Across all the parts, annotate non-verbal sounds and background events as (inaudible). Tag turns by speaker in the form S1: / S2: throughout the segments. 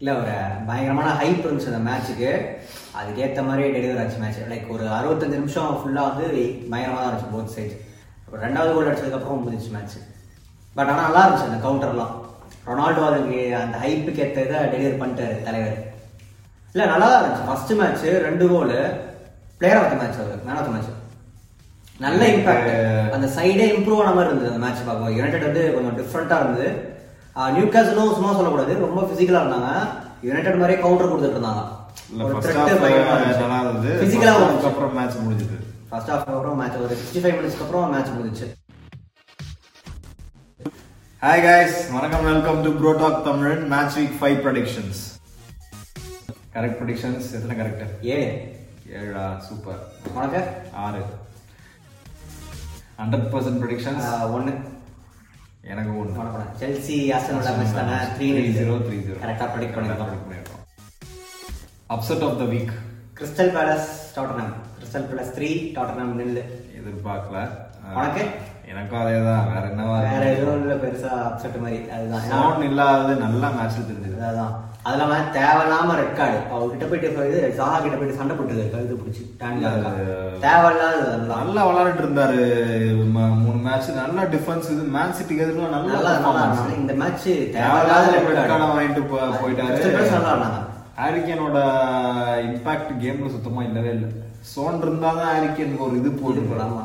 S1: இல்லை ஒரு பயங்கரமான ஹைப் இருந்துச்சு அந்த மேட்ச்சுக்கு அதுக்கேற்ற மாதிரி டெலிவர் ஆச்சு மேட்ச் லைக் ஒரு அறுபத்தஞ்சு நிமிஷம் ஃபுல்லாக வந்து பயங்கரமாக தான் இருந்துச்சு போத் சைட் அப்புறம் ரெண்டாவது கோல் அடிச்சதுக்கப்புறம் முடிஞ்சிச்சு மேட்ச் பட் ஆனால் நல்லா இருந்துச்சு அந்த கவுண்டர்லாம் ரொனால்டோ அதுக்கு அந்த ஹைப்புக்கு ஏற்ற இதை டெலிவர் பண்ணிட்டாரு தலைவர் இல்லை நல்லா தான் இருந்துச்சு ஃபர்ஸ்ட் மேட்ச்சு ரெண்டு goal player of the match அவர் மேன் ஆஃப் த மேட்ச் நல்ல இம்பாக்ட் அந்த சைடே இம்ப்ரூவ் ஆன மாதிரி இருந்தது அந்த மேட்ச் பார்க்கும் யுனைடெட் வந்து கொஞ்சம் டிஃப்ரெண்ட்டாக இருந்தது நியூ கேஸ்லும் சும்மா சொல்லக்கூடாது ரொம்ப ஃபிசிக்கலாக இருந்தாங்க யுனைடெட் மாதிரியே கவுண்டர் கொடுத்துட்டு இருந்தாங்க
S2: இல்ல ஃபர்ஸ்ட் ஹாஃப் நல்லா இருந்தது
S1: ஃபிசிக்கலாக
S2: அதுக்கு அப்புறம் மேட்ச் முடிஞ்சது
S1: ஃபர்ஸ்ட் ஹாஃப் அப்புறம் மேட்ச் ஒரு சிக்ஸ்டி ஃபைவ் மினிட்ஸ்க்கு அப்புறம் மேட்ச் முடிஞ்சிச்சு
S2: ஹாய் கைஸ் வணக்கம் welcome to bro talk Tamil match week five predictions correct predictions எத்தனை கரெக்ட்
S1: ஏழு
S2: ஏழா சூப்பர்
S1: உனக்கு
S2: ஆறு ஹண்ட்ரட் பர்சன்ட் ப்ரடிக்ஷன்ஸ்
S1: ஒன்று
S2: எனக்கு ஒன்று
S1: உனக்கு செல்சி ஆஸ்டன் மேட்ச் தானே three
S2: three zero
S1: zero
S2: three zero
S1: கரெக்டாக ப்ரெடிக்ட் பண்ணிருந்தோம்
S2: பண்ணிருக்கோம் upset of the week
S1: Crystal Palace Tottenham Crystal Palace three Tottenham nil
S2: எதிர்பார்க்கல அஹ்,
S1: உனக்கு?
S2: எனக்கும் அதே தான் வேற என்னவா
S1: வேற
S2: இருக்கும்?
S1: எதுவும் இல்லை பெருசாக அப்செட் மாதிரி அதுதான் ஏன்னா,
S2: சவுண்ட் இல்லாதது நல்லா மேட்ச் தெரிஞ்சது
S1: அதான் அது இல்லாம தேவையில்லாம ரெட் கார்டு அவர்கிட்ட போயிட்டு இப்ப இது ஜாகா கிட்ட போயிட்டு சண்டை போட்டுது கழுத்து பிடிச்சி டாண்டியா இருக்கா தேவையில்லாதது அதெல்லாம்
S2: நல்லா விளையாடிட்டு இருந்தாரு ம- மூணு மேட்ச் நல்லா டிஃபென்ஸ் இது மேன் சிட்டிக்கு எதிராக நல்லா
S1: நல்லா நல்லா
S2: performance.
S1: இருந்தாங்க. இந்த மேட்ச்
S2: தேவையில்லாத
S1: தேவையில்லாத ரெட்
S2: red card
S1: கார்டு
S2: வாங்கிட்டு போ- போயிட்டாரு
S1: Crystal Palace நல்லா இருந்தாங்க
S2: ஹாரிக்கேனோட இம்பாக்ட் கேம்ல சுத்தமா இல்லவே இல்லை சோன் இருந்தா தான் ஹாரிக்கேனுக்கு ஒரு இது போட்டு
S1: ஆமா.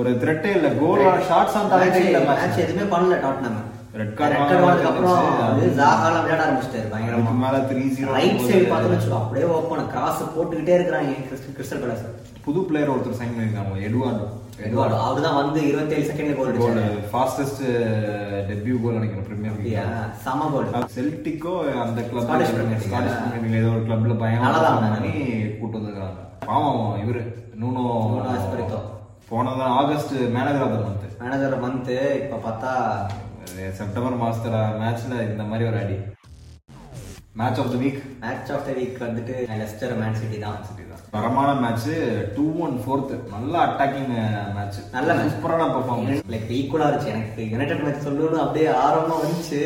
S2: ஒரு த்ரெட்டே இல்ல கோல் ஷார்ட்ஸ் ஆன் டார்கெட் இல்ல
S1: மேட்ச் எதுவுமே பண்ணல Tottenham
S2: Red
S1: red
S2: card
S1: card
S2: வாங்கினது
S1: வாங்கினதுக்கு அப்புறம்
S2: இருந்துச்சு.
S1: வந்து ஜாகால விளையாட ஆரம்பிச்சிட்டாரு
S2: அதுக்கு
S1: பயங்கரமா
S2: மேல த்ரீ ஜீரோ
S1: ரைட் சைடு பார்த்தோம்னு வச்சுக்கோ அப்படியே ஓப்பன் கிராஸ் போட்டுக்கிட்டே இருக்கிறாங்க கிறிஸ்டல் பேலஸ்
S2: புது பிளேயர் ஒருத்தர் சைன் பண்ணிருக்காங்க எடுவார்டோ
S1: எதுவாடோ அவர் தான் வந்து இருபத்தேழு செகண்ட் கோல்
S2: கோல்
S1: அடிச்சாரு
S2: ஃபாஸ்டஸ்ட் டெபியூ கோல் நினைக்கிறேன் பிரீமியர்
S1: Yeah,
S2: லீக்
S1: செம கோல்
S2: செல்டிக்கோ அந்த club
S1: Scottish Premier League.
S2: Scottish Premier League ஏதோ ஒரு கிளப்ல
S1: நல்லா
S2: பயங்கரமா
S1: தான்
S2: sign பண்ணி கூட்டு வந்திருக்காங்க பாவம் இவரு நூனோ
S1: நூனோ எஸ்பிரிட்டோ.
S2: போனது August manager of the month
S1: manager வந்து இப்ப பார்த்தா
S2: செப்டம்பர் மாசத்துல மேட்ச்ல இந்த மாதிரி ஒரு அடி match of the week
S1: match of the week வந்துட்டு லெஸ்டர் மேன் சிட்டி தான்
S2: தரமான மேட்ச் டூ ஒன் ஃபோர்த் நல்ல அட்டாக்கிங் மேட்ச்
S1: நல்ல match.
S2: சூப்பரான பெர்ஃபார்மன்ஸ்
S1: லைக் ஈக்குவலா இருந்துச்சு எனக்கு யுனைடெட் மேட்ச் சொல்லணும்னு அப்படியே ஆர்வமா வந்துச்சு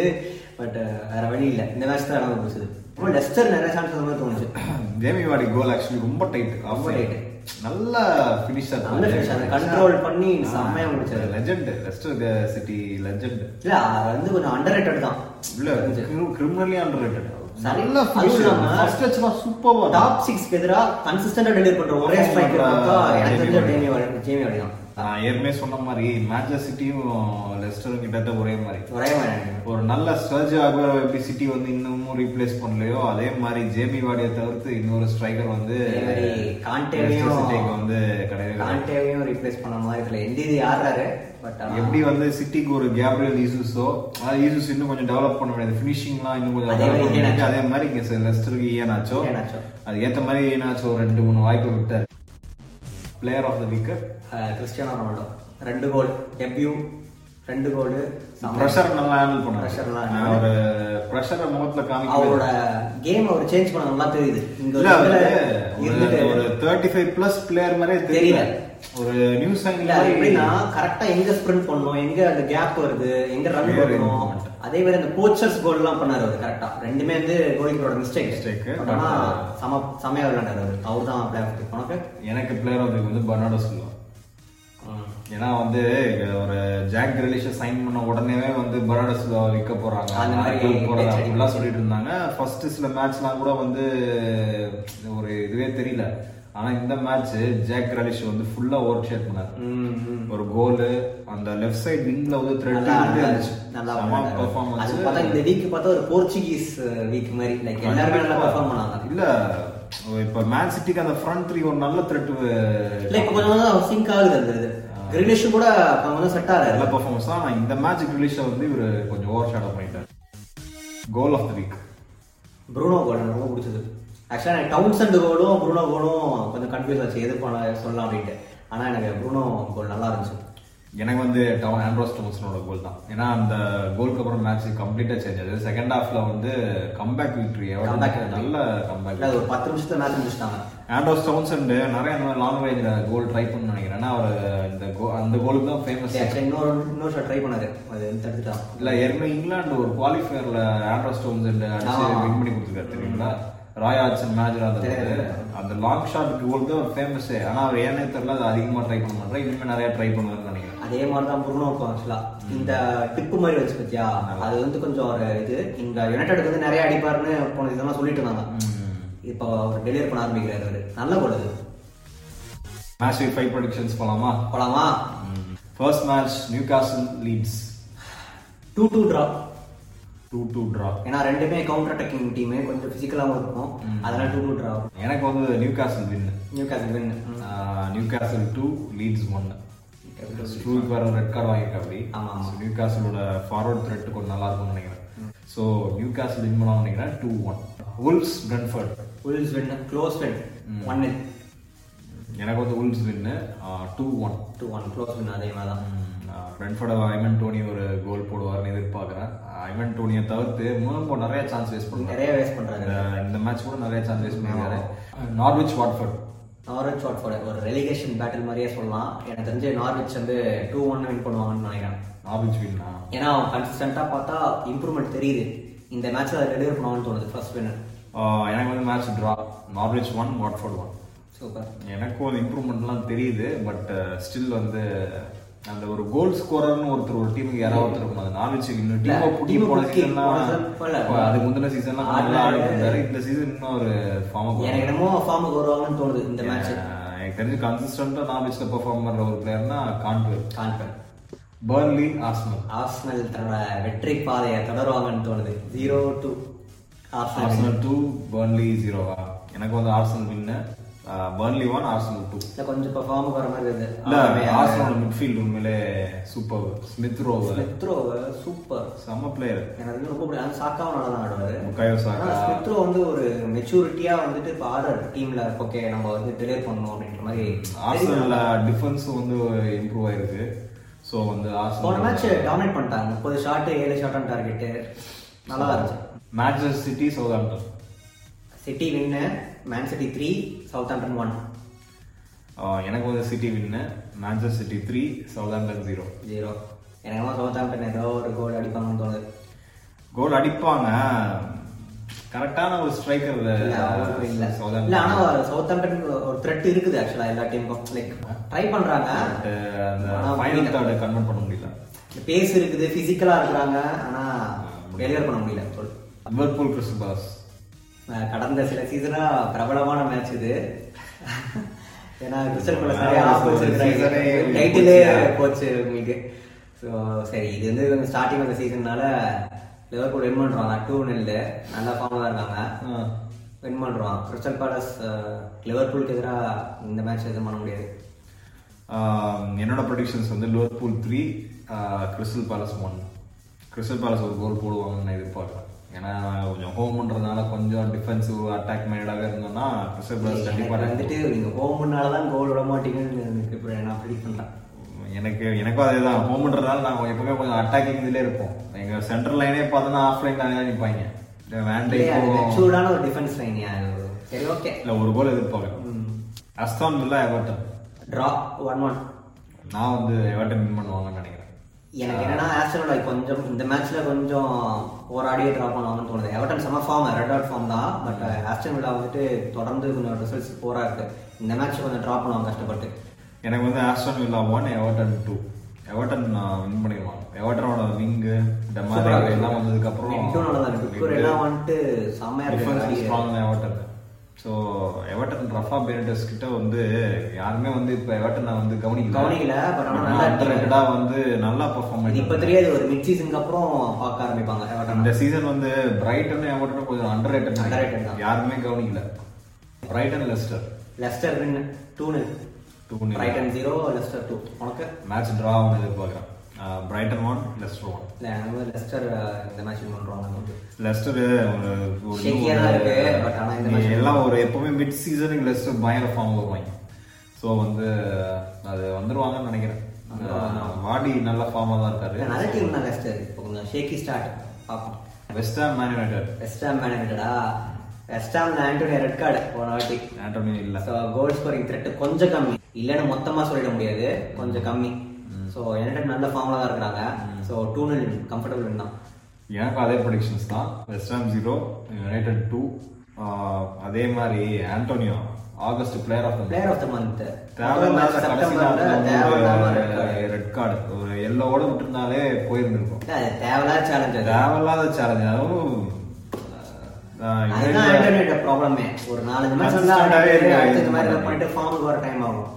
S1: பட் வேற வழி இல்ல இந்த மேட்ச் தான் நடந்து போச்சு அப்புறம் லெஸ்டர் நிறைய சான்ஸ் மாதிரி தோணுச்சு
S2: (clears throat) ஜேமி வாடி கோல் ஆக்சுவலி ரொம்ப டைட்
S1: ரொம்ப tight.
S2: நல்ல ஃபினிஷ்
S1: நல்ல finish. அதை control பண்ணி செம்மையா முடிச்சாரு.
S2: லெஜெண்ட் லெஸ்டர் சிட்டி லெஜெண்ட்
S1: இல்ல அது வந்து கொஞ்சம் அண்டர் ரேட்டட் தான்
S2: இல்ல கிரிமினலி அண்டர்ரேட்டட்
S1: சரி.
S2: நல்ல
S1: அதுவும்
S2: ஃபினிஷ்
S1: இல்லாம-
S2: ஃபர்ஸ்ட் டச்லாம் சூப்பரா
S1: டாப் சிக்ஸ்க்கு எதிராக கன்சிஸ்டன்டா டெலிவர் பண்ற ஒரே ஸ்ட்ரைக்கர் பார்த்தா எனக்கு தெரிஞ்ச ஜேமி வாடி- ஜேமி வாடி தான்
S2: நான் ஏற்கனவே சொன்ன மாதிரி மேட்சஸ் சிட்டியும் லெஸ்டரும் கிட்டத்தட்ட ஒரே மாதிரி
S1: ஒரே மாதிரி எனக்கு.
S2: ஒரு நல்ல சர்ஜ் ஆகுற எப்படி சிட்டி வந்து இன்னமும் ரீப்ளேஸ் பண்ணலையோ அதே மாதிரி ஜேமி வாடியை தவிர்த்து இன்னொரு ஸ்ட்ரைக்கர் வந்து
S1: அதே மாதிரி காண்டேவையும்
S2: Leicester Cityக்கு வந்து கிடையவே கிடையாது.
S1: காண்டேவையும் ரீப்ளேஸ் பண்ண மாதிரி இதுல எந்த இது ஆடுறாரு பட்
S2: எப்படி வந்து சிட்டிக்கு ஒரு கேப்ரியல் ஈசூஸோ அதாவது ஈசூஸ் இன்னும் கொஞ்சம் டெவலப் பண்ண வேண்டியது ஃபினிஷிங்லாம் இன்னும் கொஞ்சம்
S1: அதே மாதிரி
S2: develop பண்ண வேண்டியது.
S1: ஈனாச்சோ.
S2: அதே மாதிரி இங்க ச- லெஸ்டருக்கு ஈனாச்சோ
S1: ஈனாச்சோ.
S2: அது ஏத்த மாதிரி ஈனாச்சோ ஒரு ரெண்டு மூணு வாய்ப்பு விட்டார் player of the week
S1: ah Cristiano Ronaldo ரெண்டு கோல் டெபியூ ரெண்டு கோல்
S2: ப்ரெஷர் நல்லா ஹேண்டில்
S1: Pressure
S2: பண்ணாரு
S1: நல்லா
S2: நான் ஒரு ப்ரெஷரை முகத்துல காமிக்க
S1: அவரோட கேம் அவர் சேஞ்ச் பண்ண நல்லா தெரியுது இங்க ஒரு
S2: இல்ல அவரு
S1: இடத்துல இருந்துட்டு
S2: ஒரு தேர்ட்டி ஃபைவ் பிளஸ் பிளேயர் மாதிரியே தெரியல
S1: தெரியல.
S2: ஒரு நியூஸ்
S1: இல்ல அது எப்படின்னா கரெக்டா எங்க ஸ்பிரிண்ட் பண்ணணும் எங்க அந்த கேப் வருது எங்க ரன்
S2: Clear
S1: பண்ணணும்
S2: movement.
S1: அதே மாதிரி அந்த கோச்சர்ஸ் கோல் எல்லாம் பண்ணாரு அவர் கரெக்டா ரெண்டுமே வந்து கோலிங்கரோட மிஸ்டேக்
S2: Mistake.
S1: பட் ஆனா சம சமையா விளையாண்டாரு அவர் அவர் தான் பிளே ஆஃப் உனக்கு
S2: எனக்கு பிளேயர் ஆஃப் த வந்து பர்னாடோ சொல்லுவோம் ஏன்னா வந்து ஒரு ஜாக் கிரலிஷ சைன் பண்ண உடனேவே வந்து பரோடா சில்வா விற்க போறாங்க
S1: அந்த மாதிரி
S2: ஆட்கள் போறாங்க
S1: பேச்சு.
S2: அப்படிலாம் சொல்லிட்டு இருந்தாங்க ஃபர்ஸ்ட் சில மேட்ச்லாம் கூட வந்து ஒரு இதுவே தெரியல ஆனா இந்த மேட்ச் ஜாக் கிரலிஷ் வந்து ஃபுல்லா ஓவர் ஷேட் பண்ணாரு
S1: ம், ம்.
S2: ஒரு கோலு அந்த லெஃப்ட் சைடு விங்ல வந்து த்ரெட்
S1: நல்லா
S2: இருந்துச்சு
S1: நல்லா
S2: செம
S1: விளையாண்டாரு. அது
S2: பெர்ஃபார்மன்ஸ்
S1: பார்த்தா இந்த வீக் பார்த்தா ஒரு போர்ச்சுகீஸ் வீக் மாதிரி லைக் எல்லாருமே நல்லா பெர்ஃபார்ம் பண்ணாங்க
S2: இல்ல இப்ப மேன் சிட்டிக்கு அந்த ஃப்ரண்ட் த்ரீ ஒரு நல்ல த்ரெட்
S1: இல்ல இப்ப கொஞ்சம் கொஞ்சம் சிங்க் ஆகுது அந்த இது கிரினிஷ் கூட கொஞ்சம் கொஞ்சம் செட்
S2: நல்ல
S1: ஆகுது
S2: பெர்ஃபார்மன்ஸ் தான் ஆனா இந்த மேட்ச் கிரிலிஷ வந்து இவர் கொஞ்சம் ஓவர் ஷேடோ பண்ணிட்டார் goal of the week
S1: Bruno goal எனக்கு ரொம்ப பிடிச்சது ஆக்சுவலா எனக்கு டவுன்ஸ் அண்ட் கோலும் ப்ரூனோ கோலும் கொஞ்சம் கன்ஃபியூஸ் ஆச்சு எது பண்ண சொல்லலாம் அப்படின்ட்டு ஆனா எனக்கு ப்ரூனோ கோல் நல்லா இருந்துச்சு
S2: எனக்கு வந்து டவுன் ஆண்ட்ரோஸ் டோம்சனோட கோல் தான் ஏன்னா அந்த கோலுக்கு அப்புறம் மேட்ச் கம்ப்ளீட்டாக சேஞ்ச் ஆகுது செகண்ட் ஹாஃப்ல வந்து கம்பேக் விக்டரி
S1: Comeback victory.
S2: நல்ல கம்பேக்
S1: இல்ல அது ஒரு பத்து நிமிஷத்துல மேட்ச் முடிச்சிட்டாங்க
S2: ஆண்ட்ரோஸ் டவுன்சன் நிறைய அந்த மாதிரி லாங் ரேஞ்சில் கோல் ட்ரை பண்ண நினைக்கிறேன் ஏன்னா அவர் இந்த கோ அந்த கோலுக்கு தான் ஃபேமஸ்
S1: சரி, இன்னொரு இன்னொரு ஷாட் ட்ரை பண்ணாரு அது தடுத்துட்டான்
S2: இல்ல ஏற்கனவே இங்கிலாந்து ஒரு குவாலிஃபயர்ல ஆண்ட்ராஸ் டோம்ஸ் அடிச்சு
S1: ஆமா.
S2: வின் பண்ணி கொடுத்துருக்காரு தெரியுங்களா ராய் ஆட்சன் மேஜர் அந்த
S1: தெரியும்,
S2: அந்த லாங் ஷாட் கோல் தான் ஃபேமஸ் ஆனா அவர் ஏன்னே தெரியல அது அதிகமா ட்ரை பண்ண மாட்டேன் இனிமே நிறைய ட்ரை பண்ணுவாருன்னு நினைக்கிறேன்
S1: அதே மாதிரி தான் புருணம் இருக்கும் ஆக்சுவலா இந்த டிப்பு மாதிரி வச்சு பத்தியா அது வந்து கொஞ்சம் ஒரு இது இந்த யுனைடெட் வந்து நிறைய அடிப்பாருன்னு போன இதெல்லாம் சொல்லிட்டு இருந்தாங்க இப்போ அவர் டெலிவர் பண்ண ஆரம்பிக்கிறாரு அவரு நல்ல கோல் அது
S2: மேட்ச் ஃபைவ் ப்ரொடிக்ஷன்ஸ் போலாமா
S1: போலாமா
S2: first match Newcastle Leeds
S1: two two draw
S2: two two draw
S1: ஏன்னா ரெண்டுமே கவுண்டர் அட்டாக்கிங் டீம் கொஞ்சம் பிசிக்கலாகவும் இருக்கும் அதனால டூ டூ டிரா
S2: எனக்கு வந்து Newcastle win
S1: Newcastle win
S2: Newcastle two Leeds ஒன்னு ஸ்ட்ரூக் வேற ரெட் கார்டு வாங்கியிருக்காப்படி
S1: ஆமா, ஆமா.
S2: நியூ காசலோட ஃபார்வர்ட் த்ரெட் கொஞ்சம் நல்லா இருக்கும்னு நினைக்கிறேன் ஸோ நியூ காசல் வின் பண்ணலாம் நினைக்கிறேன் two one Wolves Brentford
S1: Wolves win close win one
S2: எனக்கு வந்து Wolves win two one
S1: two one close win அதே மாதிரி தான்
S2: பிரன்ஃபர்டை ஐமன் டோனி ஒரு கோல் போடுவார்னு எதிர்பார்க்குறேன் ஐமன் டோனியை தவிர்த்து முன்போ நிறைய சான்ஸ் வேஸ்ட் பண்ணுறாரு
S1: நிறைய வேஸ்ட் பண்றாங்க
S2: இந்த மேட்ச் கூட நிறைய சான்ஸ் வேஸ்ட் பண்ணிருக்காரு நார்விச் வாட்ஃபர்ட்
S1: நார்வெச் வாட்ஃபோர்டு ஒரு ரெலிகேஷன் பேட்டில் மாதிரியே சொல்லலாம் எனக்கு தெரிஞ்சு நார்வெச் வந்து டூ ஒன்னு வின் பண்ணுவாங்கன்னு நினைக்கிறேன்
S2: நார்விச் வின்னா
S1: ஏன்னா அவன் கன்சிஸ்டண்டாக பார்த்தா இம்ப்ரூவ்மெண்ட் தெரியுது இந்த மேட்ச்ல அதை டெலிவர் பண்ணுவான்னு தோணுது ஃபர்ஸ்ட் வின்னர்
S2: எனக்கு வந்து match draw Norwich one Watford one
S1: super
S2: எனக்கும் அது இம்ப்ரூவ்மெண்ட்லாம் தெரியுது பட் ஸ்டில் வந்து அந்த ஒரு கோல் ஸ்கோரர்னு ஒருத்தர் ஒரு டீமுக்கு யாராவது ஒருத்தர் இருக்கும் அது நாலு இன்னும்
S1: இல்ல,
S2: டீமை புட்டி
S1: team அ புடிக்கி போன
S2: போன சீசன்லாம்
S1: season போல.
S2: அதுக்கு முந்தின சீசன்லாம் நல்லா
S1: ஆடுனாரு.
S2: ஆடிட்டு இருந்தாரு இந்த சீசன் இன்னும் ஒரு ஃபார்ம்
S1: எனக்கு என்னமோ ஃபார்முக்கு வருவாங்கன்னு தோணுது இந்த மேட்ச்
S2: எனக்கு தெரிஞ்சு கன்சிஸ்டண்டா நாலேஜ்ல பெர்ஃபார்ம் பண்ற ஒரு பிளேயர்னா கான்ட்வேல்
S1: கான்ஃபர்
S2: பர்ன்லி ஆர்சனல்
S1: ஆர்ஸ்னல் தன்னோட வெற்றி பாதையை தொடருவாங்கன்னு தோணுது zero two Arsenal
S2: Arsenal two Burnley ஜீரோவா எனக்கு வந்து Arsenal win Burnley one Arsenal two
S1: இதுல கொஞ்சம் இப்போ ஃபார்முக்கு வர மாதிரி இருக்குது
S2: இல்ல ஆர்சனல் மிட்ஃபீல்டு உண்மையிலே சூப்பர் ஸ்மித் ரோவர்
S1: மெத்ரோ சூப்பர்
S2: செம்ம பிளேயர்
S1: எனக்கு வந்து ரொம்ப பிடிக்கும் அந்த சாக்காவும் நல்லா தான் ஆடுவாரு
S2: முக்காயோ சாக்கா
S1: ஸ்மித்ரோ வந்து ஒரு மெச்சூரிட்டியா வந்துட்டு இப்போ ஆடுறாரு டீம்ல ஓகே நம்ம வந்து டெலிவர் பண்ணணும் அப்படின்ற மாதிரி
S2: ஆர்சனல்ல டிஃபென்ஸும் வந்து இம்ப்ரூவ் ஆயிருக்கு ஸோ வந்து
S1: போன
S2: ஆர்சனல்
S1: மேட்ச் டாமினேட் பண்ணிட்டாங்க முப்பது ஷாட் ஏழு ஷாட் ஆன் டார்கெட்டு நல்லா தான் இருந்துச்சு
S2: matches City Southampton
S1: City win Man City three Southampton one
S2: எனக்கு வந்து City win matches City three Southampton zero
S1: zero எனக்கு சவுத் ஆண்டன் ஏதோ ஒரு கோல் அடிப்பாங்கன்னு தோணுது
S2: கோல் அடிப்பாங்க கரெக்டான ஒரு ஸ்ட்ரைக்கர்
S1: இல்ல, அவங்களுக்கு இல்ல. இல்ல,
S2: சவுதாம்டன்
S1: ஆனா சவுத் ஆண்டன் ஒரு த்ரெட் இருக்குது ஆக்சுவலா எல்லா டீமுக்கும் லைக் ட்ரை பண்றாங்க
S2: அந்த
S1: ஆனா
S2: ஃபைனல் தேர்டு கன்வெர்ட் பண்ண முடியல
S1: பேஸ் இருக்குது பிசிக்கலா இருக்கிறாங்க ஆனா டெலிவர் பண்ண முடியல சொல்லு
S2: லிவர்பூல் கிறிஸ்துபாஸ்
S1: அஹ் கடந்த சில சீசனா பிரபலமான மேட்ச் இது ஏன்னா கிறிஸ்டல் பேலஸ் நிறைய
S2: ஆமா,
S1: ஆஃபர்ஸ்
S2: season
S1: இருக்கிறாங்க
S2: ஏ
S1: டைட்டிலே
S2: போச்சு.
S1: போச்சு உங்களுக்கு ஸோ சரி இது வந்து ஸ்டார்டிங் ஆஃப் சீசன்னால லிவர்பூல் வின் பண்றாங்க டூ நெல் நல்லா ஃபார்ம் தான் இருக்காங்க வின் பண்றோம் கிறிஸ்டல் பேலஸ் லிவர்பூலுக்கு எதிராக இந்த மேட்ச் எதுவும் பண்ண முடியாது
S2: ஆஹ் என்னோட ப்ரொடிக்ஷன்ஸ் வந்து Liverpool three Crystal Palace one Crystal Palace ஒரு கோல் போடுவாங்கன்னு நான் எதிர்பார்க்குறேன் ஏன்னா கொஞ்சம் ஹோம் பண்றதுனால கொஞ்சம் டிஃபென்சிவ் அட்டாக் மைண்டாகவே இருந்தோம்னா கிறிஸ்டல் பேலஸ் கண்டிப்பாக
S1: எனக்கு வந்துட்டு நீங்க ஹோம்னால தான் கோல் விட மாட்டீங்கன்னு எனக்கு இப்போ நான் ப்ரிடிக் பண்றேன்
S2: எனக்கு எனக்கும் அதே தான் ஹோம் பண்றதுனால நாங்கள் எப்பவுமே கொஞ்சம் அட்டாக்கிங் இதுலேயே இருப்போம் எங்கள் சென்டர் லைனே பார்த்தோன்னா ஆஃப் லைன் நிறையா நிற்பாங்க வேண்டைக்கும்
S1: மெச்சூர்டான ஒரு டிஃபென்ஸ் லைனியா சரி ஓகே
S2: இல்லை ஒரு கோல் எதிர்பார்க்குறேன் Aston Villa Everton
S1: draw one one
S2: நான் வந்து எவர்டன் வின் பண்ணுவாங்கன்னு நினைக்கிறேன்
S1: எனக்கு என்னன்னா ஆஸ்டனோட கொஞ்சம் இந்த மேட்ச்ல கொஞ்சம் போராடியே ட்ரா பண்ணுவாங்கன்னு தோணுது எவர்டன் செம ஃபார்ம் ரெட் அவுட் ஃபார்ம் தான் பட் ஆஸ்டன் வில்லா வந்துட்டு தொடர்ந்து கொஞ்சம் ரிசல்ட்ஸ் போரா இருக்கு இந்த மேட்ச் கொஞ்சம் ட்ரா பண்ணுவாங்க கஷ்டப்பட்டு
S2: எனக்கு வந்து Aston Villa one Everton two Everton win பண்ணிடுவாங்க எவர்டனோட விங்கு டெமாரி எல்லாம் வந்ததுக்கு அப்புறம்
S1: மிட்டும் நல்லா தான் இருக்கு குக்கூர் எல்லாம் வந்துட்டு செம்மையா
S2: டிஃபென்ஸ்
S1: இருக்கு
S2: strong Everton so Everton Rafa Benitez கிட்ட வந்து யாருமே வந்து இப்போ எவர்டனை வந்து கவனிக்கல
S1: கவனிக்கல பட் ஆனா நல்லா இருக்கு
S2: அண்டர்ரேட்டடா வந்து நல்லா பெர்ஃபார்ம்
S1: இது இப்ப
S2: பண்ணி
S1: தெரியாது ஒரு மிட் சீசனுக்கு அப்புறம் பார்க்க ஆரம்பிப்பாங்க எவர்டன்
S2: இந்த சீசன் வந்து பிரைட்டனும் எவர்டனும் கொஞ்சம் அண்டர்ரேட்டட்
S1: Underrated தான்.
S2: யாருமே கவனிக்கல Brighton Leicester
S1: Leicester win two நு
S2: two
S1: Brighton zero Leicester two உனக்கு
S2: மேட்ச் ட்ரா ஒன்று எதிர்பார்க்குறேன் பிரைட்டன் ஒன் லெஸ்டர் ஒன்
S1: இல்ல எனக்கு வந்து லெஸ்டர் அஹ், இந்த மேட்ச் பண்றோம்
S2: லெஸ்டர் ஒரு ஒரு
S1: Shaky ஆ தான் இருக்கு, but ஆனா இந்த match-
S2: எல்லாம் ஒரு எப்பவுமே மிட் சீசனுக்கு லெஸ்டர் பயங்கர ஃபார்ம் வருவாங்க ஸோ வந்து அது வந்துருவாங்கன்னு நினைக்கிறேன் ஆஹ் வாடி நல்ல ஃபார்மாக தான் இருக்காரு
S1: நல்ல டீம் தான் பெஸ்ட் இப்போ கொஞ்சம் ஷேக்கி ஸ்டார்ட் பார்ப்போம்
S2: West Ham Man United
S1: West Ham மேனேஜடா வெஸ்டாம் ஆண்டோனியா ரெட் கார்டு போன வாட்டி
S2: ஆண்டோனி இல்லை
S1: ஸோ கோல் ஸ்கோரிங் த்ரெட் கொஞ்சம் கம்மி இல்லைன்னு மொத்தமாக சொல்லிட முடியாது கொஞ்சம் கம்மி ஸோ யுனைடெட் நல்ல ஃபார்மில் தான் இருக்கிறாங்க ஸோ டூ நல் கம்ஃபர்டபுள் தான்
S2: எனக்கு அதே ப்ரொடிக்ஷன்ஸ் தான் West Ham zero United two அதே மாதிரி Antonio August player of the
S1: player of the month
S2: தேவையில்லாத கடைசி நேரத்துல
S1: தேவையில்லாம red card.
S2: ஒரு ரெட் கார்டு ஒரு எல்லோட விட்டுருந்தாலே போயிருந்திருக்கும்
S1: இல்ல, அது தேவையில்லாத சேலஞ்ச் அது
S2: தேவையில்லாத சேலஞ்ச் அதுவும் ஆஹ்,
S1: அதுதான்
S2: United-
S1: ஆண்டோனியோட ப்ராப்ளமே ஒரு நாலஞ்சு மேட்ச்
S2: Consistent ஆவே இருக்காது.
S1: அடுத்த மாதிரி run பண்ணிட்டு ஃபார்முக்கு வர டைம் ஆகும்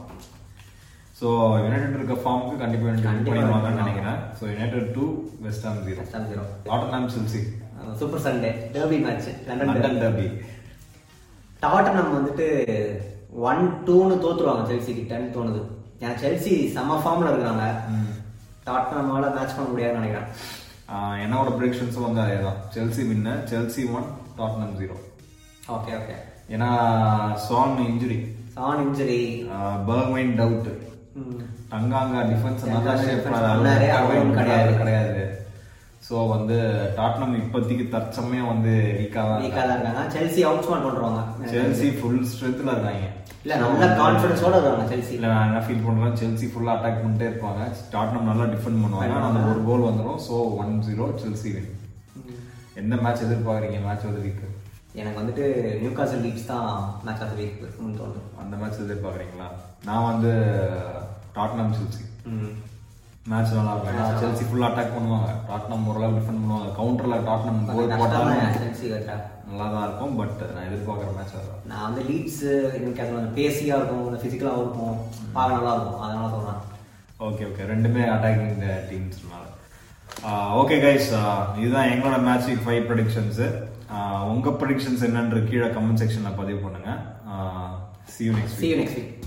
S2: ஸோ யுனைடெட் இருக்க ஃபார்முக்கு கண்டிப்பா யுனைடெட்
S1: கண்டிப்பா
S2: பண்ணிடுவாங்கன்னு
S1: United
S2: நினைக்கிறேன் so United two West Ham zero
S1: West Ham zero
S2: Tottenham Chelsea
S1: super Sunday derby match London
S2: London derby
S1: Tottenham நம்ம வந்துட்டு ஒன் டூன்னு தோத்துருவாங்க செல்சி கிட்டன்னு தோணுது ஏன்னா செல்சி செம ஃபார்ம்ல இருக்கிறாங்க டாட்டம் நம்மளால மேட்ச் பண்ண முடியாதுன்னு நினைக்கிறேன்
S2: என்னோட ப்ரெடிக்ஷன்ஸும் வந்து அதே தான் செல்சி வின்ன Chelsea one Tottenham zero
S1: okay okay
S2: ஏன்னா சான் இன்ஜுரி
S1: சான் இன்ஜுரி
S2: பர்மைன் டவுட் டங்காங்க டிஃபென்ஸ் நல்லா
S1: டங்காங்க
S2: shape
S1: defense
S2: பண்ணாத
S1: பண்ணாரு,
S2: அளவுக்கு
S1: அவரும்
S2: அவரும்
S1: கிடையாது.
S2: கிடையாது ஸோ வந்து டாட்னம் இப்போதைக்கு தற்சமயம் வந்து வீக்காக தான்
S1: வீக்காக தான்
S2: இருக்காங்க.
S1: இருக்காங்க செல்சி அவுட் ஸ்மார்ட் பண்ணுறாங்க
S2: செல்சி ஃபுல் ஸ்ட்ரென்த்தில் இருக்காங்க
S1: இல்ல நல்ல கான்ஃபிடன்ஸோட இருக்காங்க செல்சி
S2: இல்லை நான் என்ன ஃபீல் பண்ணுறேன் செல்சி ஃபுல்லாக அட்டாக் பண்ணிட்டே இருப்பாங்க டாட்னம் நல்லா டிஃபெண்ட் பண்ணுவாங்க ஆனால் அந்த ஒரு கோல் வந்துடும் so one zero Chelsea win எந்த மேட்ச் எதிர்பார்க்குறீங்க மேட்ச் ஆஃப் த வீக்
S1: எனக்கு வந்துட்டு நியூ காசல் லீட்ஸ் தான் மேட்ச் ஆஃப் வீக் இருக்கும்னு தோணுது
S2: அந்த மேட்ச் எதிர்பார்க்குறீங்களா நான் வந்து டாட்னம் செல்சி மேட்ச் நல்லா இருக்கும் ஏன்னா செல்சி ஃபுல்லாக அட்டாக் பண்ணுவாங்க டாட்னம் ஓரளவு டிஃபெண்ட் பண்ணுவாங்க கவுண்டரில் டாட்னம் கோல் போட்டாலும்
S1: செல்சி கட்டா
S2: நல்லா தான் இருக்கும் பட் நான் எதிர்பார்க்குற மேட்ச் அதான்
S1: நான் வந்து லீட்ஸ் நியூ காசல் வந்து பேசியாக இருக்கும் கொஞ்சம் ஃபிசிக்கலாகவும் இருக்கும் பார்க்க நல்லா இருக்கும் அதனால சொல்றேன்
S2: ஓகே ஓகே ரெண்டுமே அட்டாக்கிங் டீம்ஸ்னால ஓகே கைஸ் uh, இதுதான் எங்களோட match week five predictions Uh, உங்கள் ப்ரொடிக்ஷன்ஸ் என்னன்ற கீழே கமெண்ட் செக்ஷனில் பதிவு பண்ணுங்கள் see you next
S1: see you next week